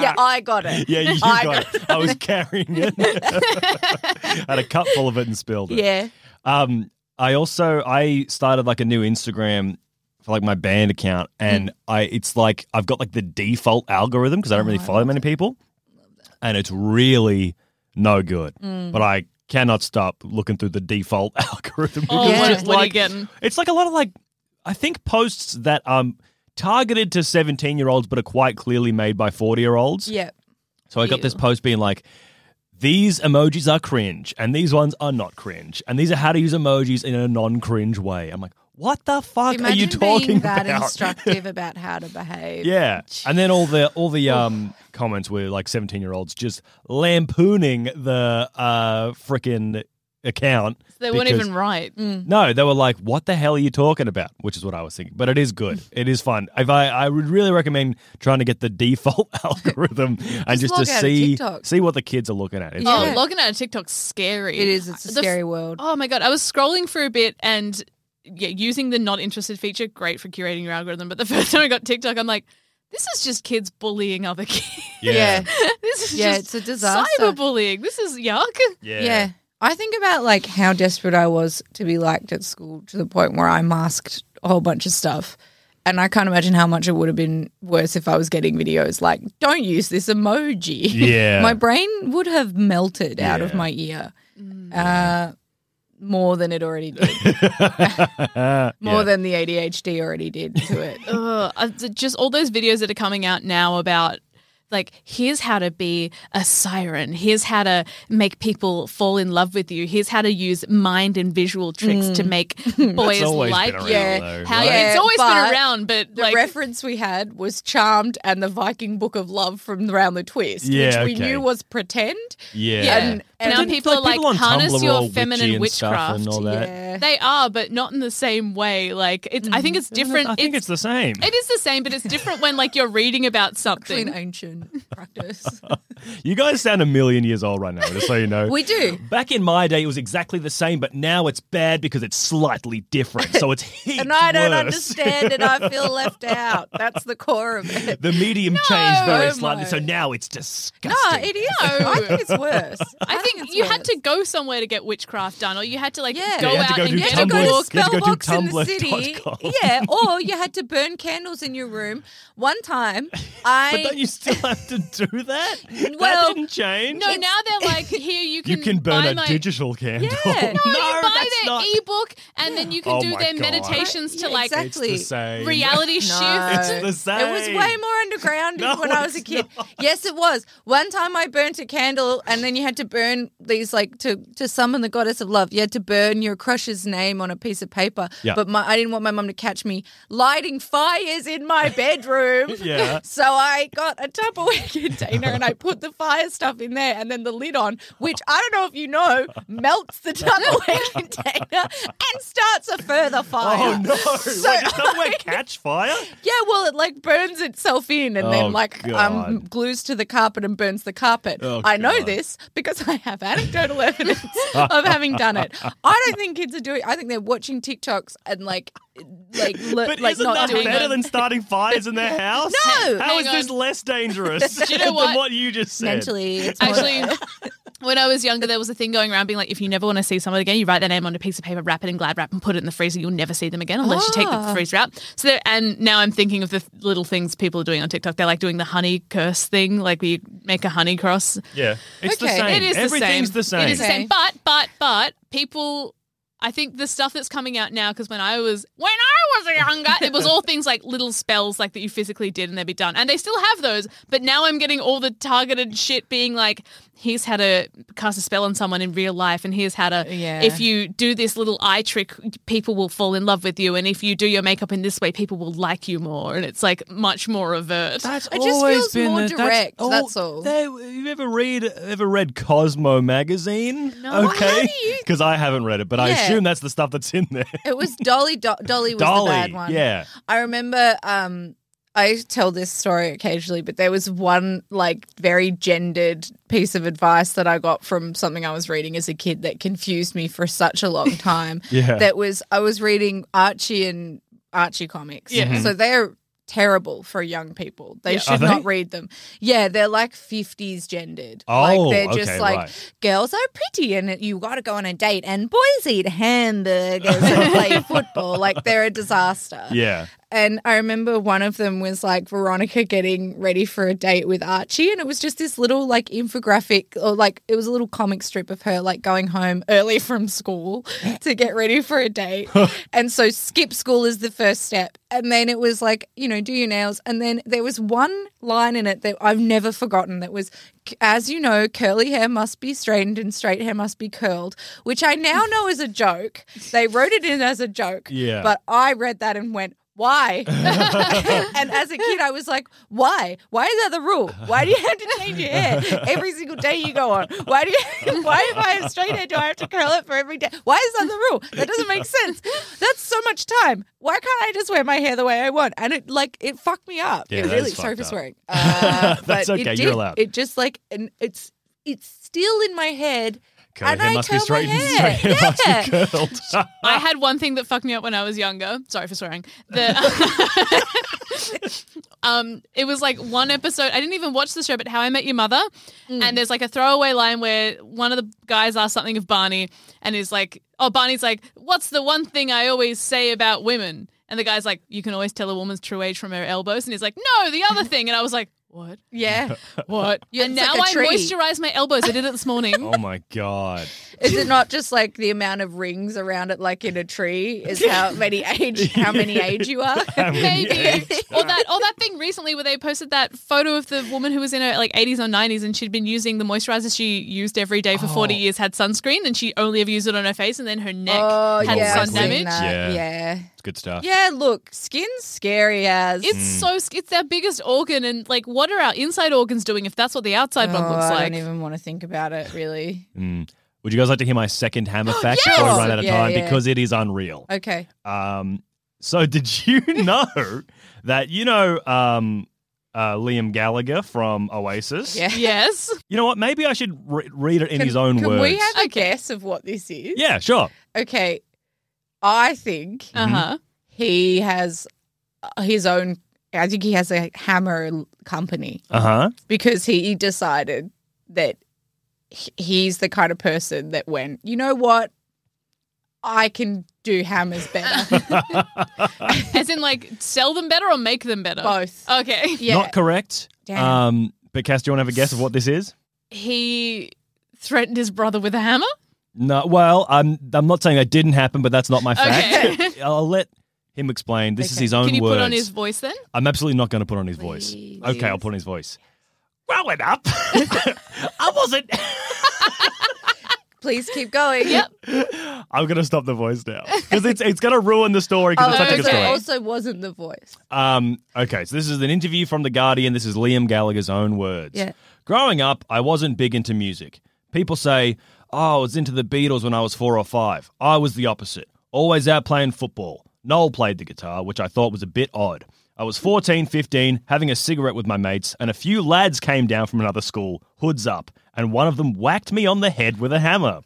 Speaker 4: yeah, I got it.
Speaker 3: Yeah, you
Speaker 4: I
Speaker 3: got it. I was carrying it. Had a cup full of it and spilled it.
Speaker 4: Yeah.
Speaker 3: Um, I also I started like a new Instagram for like my band account,
Speaker 5: Hmm.
Speaker 3: and I it's like I've got like the default algorithm because I don't really
Speaker 5: Oh,
Speaker 3: follow many people, and it's really no good.
Speaker 5: Hmm.
Speaker 3: But I cannot stop looking through the default algorithm.
Speaker 5: Oh,
Speaker 3: which is
Speaker 4: Yeah.
Speaker 5: what,
Speaker 3: just
Speaker 5: what are you
Speaker 3: like-
Speaker 5: getting?
Speaker 3: It's like a lot of like I think posts that um targeted to seventeen year olds, but are quite clearly made by forty year olds.
Speaker 4: Yeah.
Speaker 3: So I got this
Speaker 5: Ew.
Speaker 3: post being like, these emojis are cringe and these ones are not cringe. And these are how to use emojis in a non cringe way. I'm like, what the fuck
Speaker 4: Imagine
Speaker 3: are you talking
Speaker 4: being that
Speaker 3: about?
Speaker 4: instructive about how to behave.
Speaker 3: yeah. And then all the all the um comments were like 17 year olds just lampooning the uh freaking account.
Speaker 5: They weren't
Speaker 3: because-
Speaker 5: even right.
Speaker 3: No, they were like, "What the hell are you talking about?" Which is what I was thinking. But it is good. It is fun. If I, I would really recommend trying to get the default algorithm and just
Speaker 4: Just
Speaker 3: to
Speaker 4: log out of
Speaker 3: see
Speaker 4: TikTok.
Speaker 3: see what the kids are looking at. It's
Speaker 5: Oh,
Speaker 4: Yeah.
Speaker 5: logging out of TikTok's scary.
Speaker 4: It is. It's a
Speaker 5: The f-
Speaker 4: scary world.
Speaker 5: Oh my god, I was scrolling for a bit and yeah, using the not interested feature, great for curating your algorithm. But the first time I got TikTok, I'm like, this is just kids bullying other kids.
Speaker 4: Yeah.
Speaker 5: this is
Speaker 4: Yeah,
Speaker 5: just
Speaker 4: it's a disaster.
Speaker 5: cyberbullying. This is yuck.
Speaker 3: Yeah.
Speaker 4: Yeah. I think about like how desperate I was to be liked at school to the point where I masked a whole bunch of stuff. And I can't imagine how much it would have been worse if I was getting videos like, don't use this emoji.
Speaker 3: Yeah.
Speaker 4: my brain would have melted out of
Speaker 3: Yeah.
Speaker 4: my ear
Speaker 5: Mm.
Speaker 4: uh, more than it already did, more
Speaker 3: Yeah.
Speaker 4: than the ADHD already did to it.
Speaker 5: Ugh, I- th- just all those videos that are coming out now about like here's how to be a siren here's how to make people fall in love with you here's how to use mind and visual tricks to make boys
Speaker 3: always been
Speaker 5: like
Speaker 3: around,
Speaker 5: you
Speaker 3: though,
Speaker 5: how,
Speaker 4: right?
Speaker 5: it's always
Speaker 4: Yeah, but
Speaker 5: been around but
Speaker 4: The
Speaker 5: like
Speaker 4: reference we had was Charmed and the Viking Book of Love from Round the Twist,
Speaker 3: Yeah,
Speaker 4: which we
Speaker 3: okay.
Speaker 4: knew was pretend.
Speaker 3: yeah.
Speaker 5: Yeah.
Speaker 4: And-
Speaker 5: But now
Speaker 4: and-
Speaker 5: people are like,
Speaker 3: people on
Speaker 5: harness
Speaker 3: Tumblr are all
Speaker 5: your
Speaker 3: witchy
Speaker 5: feminine
Speaker 3: and stuff
Speaker 5: witchcraft.
Speaker 3: and all that.
Speaker 4: Yeah. Mm-hmm.
Speaker 5: They are, but not in the same way. Like it's, I think it's different.
Speaker 3: I think it's, the same.
Speaker 5: it is the same, but it's different when like you're reading about
Speaker 4: Actually, an
Speaker 5: something.
Speaker 4: ancient practice.
Speaker 3: you guys sound a million years old right now, just so you know.
Speaker 4: we do.
Speaker 3: Back in my day, it was exactly the same, but now it's bad because it's slightly different. So it's heaps
Speaker 4: And I don't
Speaker 3: worse.
Speaker 4: understand and I feel left out. That's the core of it.
Speaker 3: The medium changed very
Speaker 4: oh
Speaker 3: slightly,
Speaker 4: my.
Speaker 3: so now it's
Speaker 4: No,
Speaker 3: disgusting.
Speaker 4: it is. Ah, I think it's worse.
Speaker 5: I think
Speaker 4: it's
Speaker 5: you had
Speaker 4: worse.
Speaker 5: to go somewhere to get witchcraft done, or you had to like
Speaker 4: Yeah.
Speaker 5: go
Speaker 4: Yeah, you
Speaker 5: out
Speaker 3: had to go
Speaker 5: and
Speaker 3: do
Speaker 5: get
Speaker 4: you had to
Speaker 5: a
Speaker 4: go
Speaker 5: book.
Speaker 4: to
Speaker 3: You had to go
Speaker 4: Spellbox
Speaker 3: do
Speaker 4: in the
Speaker 3: Tumblr
Speaker 4: city.
Speaker 3: dot com.
Speaker 4: Yeah, or you had to burn candles in your room. One time,
Speaker 3: But don't
Speaker 4: I
Speaker 3: you still have to do that? that
Speaker 4: Well,
Speaker 3: didn't change.
Speaker 5: No, now they're like, here
Speaker 3: you
Speaker 5: you can
Speaker 3: can burn
Speaker 5: buy
Speaker 3: a
Speaker 5: my,
Speaker 3: digital candle.
Speaker 4: Yeah.
Speaker 3: No,
Speaker 5: you can buy
Speaker 3: that's
Speaker 5: their
Speaker 3: not.
Speaker 5: ebook, and then you can
Speaker 3: Oh
Speaker 5: do
Speaker 3: my
Speaker 5: their
Speaker 3: God.
Speaker 5: meditations to
Speaker 4: Yeah,
Speaker 5: like
Speaker 4: exactly.
Speaker 3: it's the same.
Speaker 5: reality
Speaker 4: No.
Speaker 5: shift.
Speaker 3: It's the same.
Speaker 4: it was way more underground
Speaker 3: No,
Speaker 4: when I was a
Speaker 3: it's
Speaker 4: kid.
Speaker 3: not.
Speaker 4: Yes, it was. One time I burnt a candle, and then you had to burn these like to to summon the goddess of love. You had to burn your crush's name on a piece of paper.
Speaker 3: Yeah.
Speaker 4: But my, I didn't want my mum to catch me lighting fires in my bedroom.
Speaker 3: Yeah.
Speaker 4: So I got a Tupperware container and I put the fire stuff in there and then the lid on, which I don't know if you know, melts the Tupperware container and starts a further fire.
Speaker 3: Oh no!
Speaker 4: So
Speaker 3: Wait, does somewhere catch fire?
Speaker 4: Yeah, well, it like burns itself in and
Speaker 3: Oh,
Speaker 4: then like um,
Speaker 3: God.
Speaker 4: glues to the carpet and burns the carpet.
Speaker 3: Oh,
Speaker 4: I know
Speaker 3: God.
Speaker 4: this because I have anecdotal evidence of having done it. I don't think kids are doing. I think they're watching TikToks and like, like, le-
Speaker 3: But
Speaker 4: like
Speaker 3: isn't
Speaker 4: not
Speaker 3: that
Speaker 4: doing
Speaker 3: better
Speaker 4: it.
Speaker 3: than starting fires in their house?
Speaker 4: No!
Speaker 3: How
Speaker 5: Hang
Speaker 3: is this
Speaker 5: on.
Speaker 3: less dangerous
Speaker 5: you know
Speaker 3: than
Speaker 5: what?
Speaker 3: what you just said?
Speaker 4: mentally. It's more-
Speaker 5: Actually, When I was younger, there was a thing going around being like, if you never want to see someone again, you write their name on a piece of paper, wrap it in glad wrap, and put it in the freezer. You'll never see them again unless you take the freezer out. So, there, and now I'm thinking of the th- little things people are doing on TikTok. They're like doing the honey curse thing, like we make a honey cross.
Speaker 3: Yeah, it's the
Speaker 4: Okay.
Speaker 3: same.
Speaker 5: It is
Speaker 3: Everything's
Speaker 5: the same. It is the
Speaker 4: Okay.
Speaker 5: same. But but but people, I think the stuff that's coming out now because when I was when I was younger, it was all things like little spells like that you physically did and they'd be done, and they still have those. But now I'm getting all the targeted shit being like. Here's how to cast a spell on someone in real life, and here's how to.
Speaker 4: Yeah.
Speaker 5: If you do this little eye trick, people will fall in love with you, and if you do your makeup in this way, people will like you more, and it's like much more overt.
Speaker 3: That's
Speaker 4: It just
Speaker 3: always
Speaker 4: feels
Speaker 3: been
Speaker 4: more
Speaker 3: the-
Speaker 4: direct,
Speaker 3: That's,
Speaker 4: that's all.
Speaker 3: They, you ever read ever read Cosmo magazine?
Speaker 5: No.
Speaker 3: okay,
Speaker 4: do you-
Speaker 3: because I haven't read it, but I
Speaker 4: Yeah.
Speaker 3: assume that's the stuff that's in there.
Speaker 4: It was Dolly. Do- Dolly was
Speaker 3: Dolly,
Speaker 4: the bad one.
Speaker 3: yeah.
Speaker 4: I remember. Um, I tell this story occasionally, but there was one like very gendered piece of advice that I got from something I was reading as a kid that confused me for such a long time.
Speaker 3: Yeah.
Speaker 4: That was I was reading Archie and Archie comics.
Speaker 5: Yeah. Mhm.
Speaker 4: So they're terrible for young people. They
Speaker 5: Yeah.
Speaker 4: should
Speaker 3: Are
Speaker 4: not
Speaker 3: they?
Speaker 4: read them. Yeah, they're like 50s gendered.
Speaker 3: Oh,
Speaker 4: like they're just
Speaker 3: okay,
Speaker 4: like
Speaker 3: right.
Speaker 4: girls are pretty and you got to go on a date and boys eat hamburgers and play football. Like they're a disaster.
Speaker 3: Yeah,
Speaker 4: And I remember one of them was like Veronica getting ready for a date with Archie. And it was just this little like infographic or like it was a little comic strip of her like going home early from school to get ready for a date. and so skip school is the first step. And then it was like, you know, do your nails. And then there was one line in it that I've never forgotten that was, as you know, curly hair must be straightened and straight hair must be curled, which I now know is a joke. They wrote it in as a joke.
Speaker 3: Yeah.
Speaker 4: But I read that and went, why? and as a kid, I was like, why? Why is that the rule? Why do you have to change your hair every single day you go on? Why do you, why if I have straight hair, do I have to curl it for every day? Why is that the rule? That doesn't make sense. That's so much time. Why can't I just wear my hair the way I want? And it like, it fucked me up.
Speaker 3: Yeah,
Speaker 4: it
Speaker 3: that
Speaker 4: really,
Speaker 3: is
Speaker 4: sorry
Speaker 3: fucked
Speaker 4: for
Speaker 3: up.
Speaker 4: swearing. Uh,
Speaker 3: That's
Speaker 4: but it
Speaker 3: okay, you're
Speaker 4: did.
Speaker 3: allowed.
Speaker 4: It just like, and it's, it's still in my head.
Speaker 3: curly
Speaker 4: and
Speaker 3: hair
Speaker 4: I
Speaker 3: must be
Speaker 4: curl my
Speaker 3: straightened.
Speaker 4: hair.
Speaker 3: Straight hair
Speaker 4: Yeah.
Speaker 3: must be curled.
Speaker 4: Ah.
Speaker 5: I had one thing that fucked me up when I was younger. Sorry for swearing. The, um, it was like one episode. I didn't even watch the show, but How I Met Your Mother.
Speaker 4: Mm.
Speaker 5: And there's like a throwaway line where one of the guys asks something of Barney, and is like, "Oh, Barney's like, what's the one thing I always say about women?" And the guy's like, "You can always tell a woman's true age from her elbows." And he's like, "No, the other thing." And I was like, "What?
Speaker 4: Yeah.
Speaker 5: What?" and
Speaker 4: it's
Speaker 5: now
Speaker 4: like a
Speaker 5: I
Speaker 4: tree.
Speaker 5: moisturize my elbows. I did it this morning.
Speaker 3: oh my god!
Speaker 4: Is it not just like the amount of rings around it, like in a tree, is how many age how many age you are?
Speaker 5: Maybe. or that or that thing recently where they posted that photo of the woman who was in her like 80s or 90s and she'd been using the moisturizer she used every day for 40 years had sunscreen and she only ever used it on her face and then her neck
Speaker 4: Oh
Speaker 5: had
Speaker 4: yeah,
Speaker 5: sun
Speaker 4: I've seen
Speaker 5: damage.
Speaker 3: Yeah.
Speaker 4: that. yeah,
Speaker 3: It's good stuff.
Speaker 4: yeah. Look, skin's scary as.
Speaker 5: It's
Speaker 3: Hmm.
Speaker 5: so sc- it's our biggest organ and like what are our inside organs doing if that's what the outside
Speaker 4: oh,
Speaker 5: one looks
Speaker 4: I
Speaker 5: like?
Speaker 4: don't even want to think about it. Really.
Speaker 3: Mm. Would you guys like to hear my second hammer fact
Speaker 5: Yes!
Speaker 3: before we run out of
Speaker 4: Yeah,
Speaker 3: time?
Speaker 4: yeah.
Speaker 3: Because it is unreal.
Speaker 4: Okay.
Speaker 3: Um, so did you know that you know um, uh, Liam Gallagher from Oasis?
Speaker 4: Yeah.
Speaker 5: yes.
Speaker 3: You know what? Maybe I should re- read it in
Speaker 4: Can-
Speaker 3: his own
Speaker 4: can
Speaker 3: words.
Speaker 4: we have a
Speaker 5: Okay.
Speaker 4: guess of what this is?
Speaker 3: yeah, sure.
Speaker 4: Okay. I think
Speaker 5: Uh-huh.
Speaker 4: he has uh, his own. I think he has a hammer company.
Speaker 3: Uh huh.
Speaker 4: because he decided that h- he's the kind of person that went, you know what? I can do hammers better.
Speaker 5: As in like sell them better or make them better?
Speaker 4: Both.
Speaker 5: Okay.
Speaker 4: yeah.
Speaker 3: Not correct.
Speaker 4: Damn.
Speaker 3: Um, but Cass, do you want to have a guess of what this is?
Speaker 5: He threatened his brother with a hammer?
Speaker 3: No. Well, I'm. I'm not saying that didn't happen, but that's not my fact.
Speaker 5: Okay.
Speaker 3: I'll let him explain. This is
Speaker 4: Okay.
Speaker 3: his own
Speaker 5: Can you
Speaker 3: words.
Speaker 5: put on his voice then?
Speaker 3: I'm absolutely not going to put on his voice. Okay, I'll put on his voice. Growing up, I wasn't.
Speaker 4: Please keep going.
Speaker 5: Yep.
Speaker 3: I'm going to stop the voice now because it's it's going to ruin the story because
Speaker 4: Oh,
Speaker 3: it's such a good
Speaker 4: so it
Speaker 3: story.
Speaker 4: also wasn't the voice.
Speaker 3: Um, okay, so this is an interview from The Guardian. This is Liam Gallagher's own words.
Speaker 4: Yeah.
Speaker 3: Growing up, I wasn't big into music. People say, oh, I was into the Beatles when I was four or five. I was the opposite, always out playing football. Noel played the guitar, which I thought was a bit odd. I was 14, 15, having a cigarette with my mates, and a few lads came down from another school, hoods up, and one of them whacked me on the head with a hammer.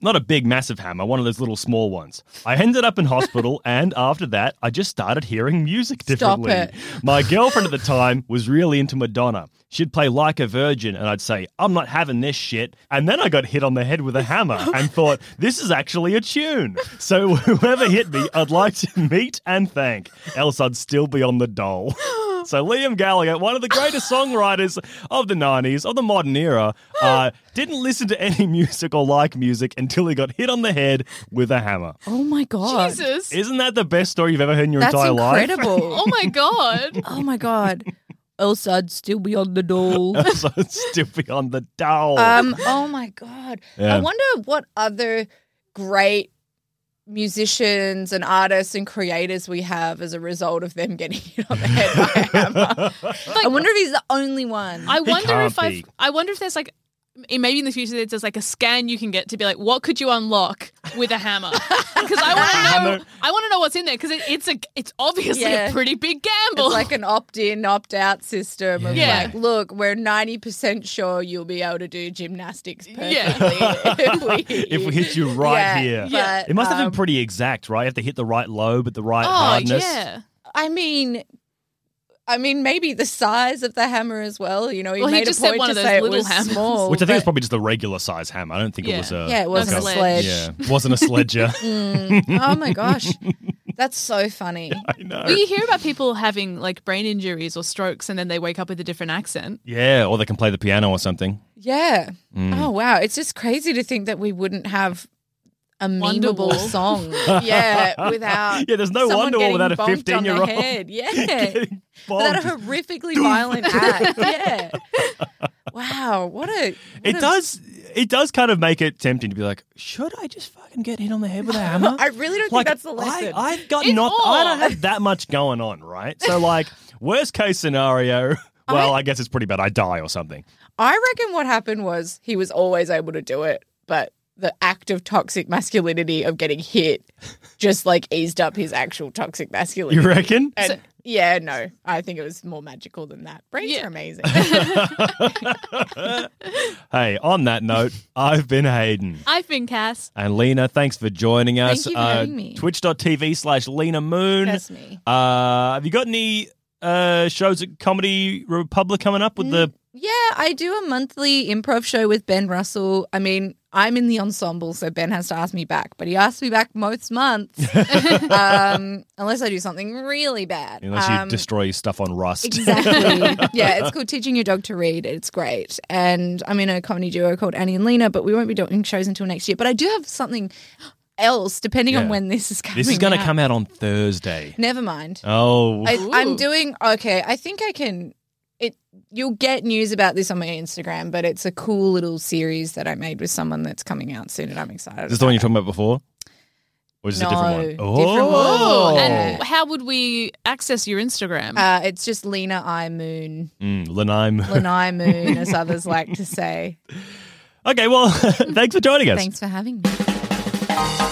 Speaker 3: Not a big, massive hammer, one of those little small ones. I ended up in hospital, and after that, I just started hearing music
Speaker 4: Stop
Speaker 3: differently.
Speaker 4: it.
Speaker 3: My girlfriend at the time was really into Madonna. She'd play Like a Virgin, and I'd say, I'm not having this shit. And then I got hit on the head with a hammer and thought, this is actually a tune. So whoever hit me, I'd like to meet and thank, else I'd still be on the dole. So Liam Gallagher, one of the greatest songwriters of the 90s, of the modern era, uh, didn't listen to any music or like music until he got hit on the head with a hammer.
Speaker 4: Oh my god.
Speaker 5: Jesus.
Speaker 3: Isn't that the best story you've ever heard in your
Speaker 4: That's
Speaker 3: entire life?
Speaker 4: incredible.
Speaker 5: Oh my God.
Speaker 4: Oh my god. Else I'd still be on the dole.
Speaker 3: so it's still beyond the dole.
Speaker 4: um, oh my god.
Speaker 3: Yeah.
Speaker 4: I wonder what other great musicians and artists and creators we have as a result of them getting hit on the head by a hammer. I wonder if he's the only one.
Speaker 5: I wonder
Speaker 3: can't
Speaker 5: if I.
Speaker 3: be.
Speaker 5: I wonder if there's like. in- Maybe in the future there's just like a scan you can get to be like, what could you unlock with a hammer? Because I want to
Speaker 3: Hammer.
Speaker 5: know. I want to know what's in there because it, it's a. It's obviously
Speaker 4: Yeah.
Speaker 5: a pretty big
Speaker 4: it's
Speaker 5: gamble.
Speaker 4: like an opt-in, opt-out system of
Speaker 5: Yeah.
Speaker 4: like, look, we're ninety percent sure you'll be able to do gymnastics perfectly.
Speaker 5: Yeah.
Speaker 4: if, we
Speaker 3: if we hit you right here.
Speaker 5: Yeah.
Speaker 4: but,
Speaker 3: It must have
Speaker 4: um,
Speaker 3: been pretty exact, right? You have to hit the right lobe at the right
Speaker 5: oh
Speaker 3: hardness.
Speaker 5: yeah.
Speaker 4: I mean, I mean, maybe the size of the hammer as well. You know, he
Speaker 5: Well, he
Speaker 4: made
Speaker 5: just
Speaker 4: a
Speaker 5: said
Speaker 4: point
Speaker 5: one
Speaker 4: to
Speaker 5: of those
Speaker 4: say it
Speaker 5: little
Speaker 4: was
Speaker 5: hammers.
Speaker 4: small,
Speaker 3: Which I think is
Speaker 4: but-
Speaker 3: probably just a regular size hammer. I don't think it
Speaker 5: Yeah.
Speaker 3: was a.
Speaker 4: yeah, it wasn't a
Speaker 5: like a
Speaker 4: sledge.
Speaker 3: Yeah, wasn't a sledger.
Speaker 4: Mm. Oh my gosh, that's so funny.
Speaker 3: I know.
Speaker 5: Well, you hear about people having like brain injuries or strokes, and then they wake up with a different accent.
Speaker 3: Yeah, or they can play the piano or something.
Speaker 4: Yeah.
Speaker 3: Mm.
Speaker 4: Oh wow, it's just crazy to think that we wouldn't have a memeable
Speaker 5: Wonderwall.
Speaker 4: song. Yeah, without
Speaker 3: Yeah, there's no
Speaker 4: someone
Speaker 3: Wonderwall
Speaker 4: getting
Speaker 3: without a
Speaker 4: bonked on
Speaker 3: 15-year-old
Speaker 4: their head. Yeah.
Speaker 3: Getting
Speaker 4: Without a
Speaker 3: bombed.
Speaker 4: horrifically violent act. Yeah. Wow, what a what
Speaker 3: It
Speaker 4: a-
Speaker 3: does. It does kind of make it tempting to be like, should I just fucking get hit on the head with a hammer?
Speaker 4: I really don't
Speaker 3: like,
Speaker 4: think that's the lesson.
Speaker 3: I, I've got
Speaker 5: It's
Speaker 3: not. I
Speaker 5: all.
Speaker 3: don't have that much going on, right? So, like, worst case scenario. Well, I, guess it's pretty bad. I die or something.
Speaker 4: I reckon what happened was he was always able to do it, but the act of toxic masculinity of getting hit just like eased up his actual toxic masculinity.
Speaker 3: You reckon?
Speaker 4: And- yeah, no, I think it was more magical than that. Brains
Speaker 5: Yeah.
Speaker 4: are amazing.
Speaker 3: Hey, on that note, I've been Hayden.
Speaker 5: I've been cast.
Speaker 3: And Lena, thanks for joining us. uh,
Speaker 4: you for having me.
Speaker 3: Twitch.tv slash Lena Moon.
Speaker 4: That's me.
Speaker 3: Uh, have you got any uh, shows at Comedy Republic coming up with the.
Speaker 4: Yeah, I do a monthly improv show with Ben Russell. I mean, I'm in the ensemble, so Ben has to ask me back, but he asks me back most months, um, unless I do something really bad.
Speaker 3: Unless you
Speaker 4: Um,
Speaker 3: destroy your stuff on Rust.
Speaker 4: Exactly. yeah, it's called Teaching Your Dog to Read. It's great. And I'm in a comedy duo called Annie and Lena, but we won't be doing shows until next year. But I do have something else, depending on
Speaker 3: Yeah.
Speaker 4: when this is coming.
Speaker 3: this is going to
Speaker 4: out.
Speaker 3: come out on Thursday.
Speaker 4: Never mind.
Speaker 3: Oh.
Speaker 4: I, I'm
Speaker 5: Ooh.
Speaker 4: doing okay. I think I can. It you'll get news about this on my Instagram, but it's a cool little series that I made with someone that's coming out soon, and I'm excited.
Speaker 3: is this the one you were talking about before? Or is it a different
Speaker 4: No,
Speaker 3: one?
Speaker 4: different one.
Speaker 3: Oh.
Speaker 5: And how would we access your Instagram?
Speaker 4: Uh, it's just Lena I Moon,
Speaker 3: Mm, Lanai Moon.
Speaker 4: Lanai Moon, as others like to say.
Speaker 3: Okay, well, thanks for joining us.
Speaker 4: Thanks for having me.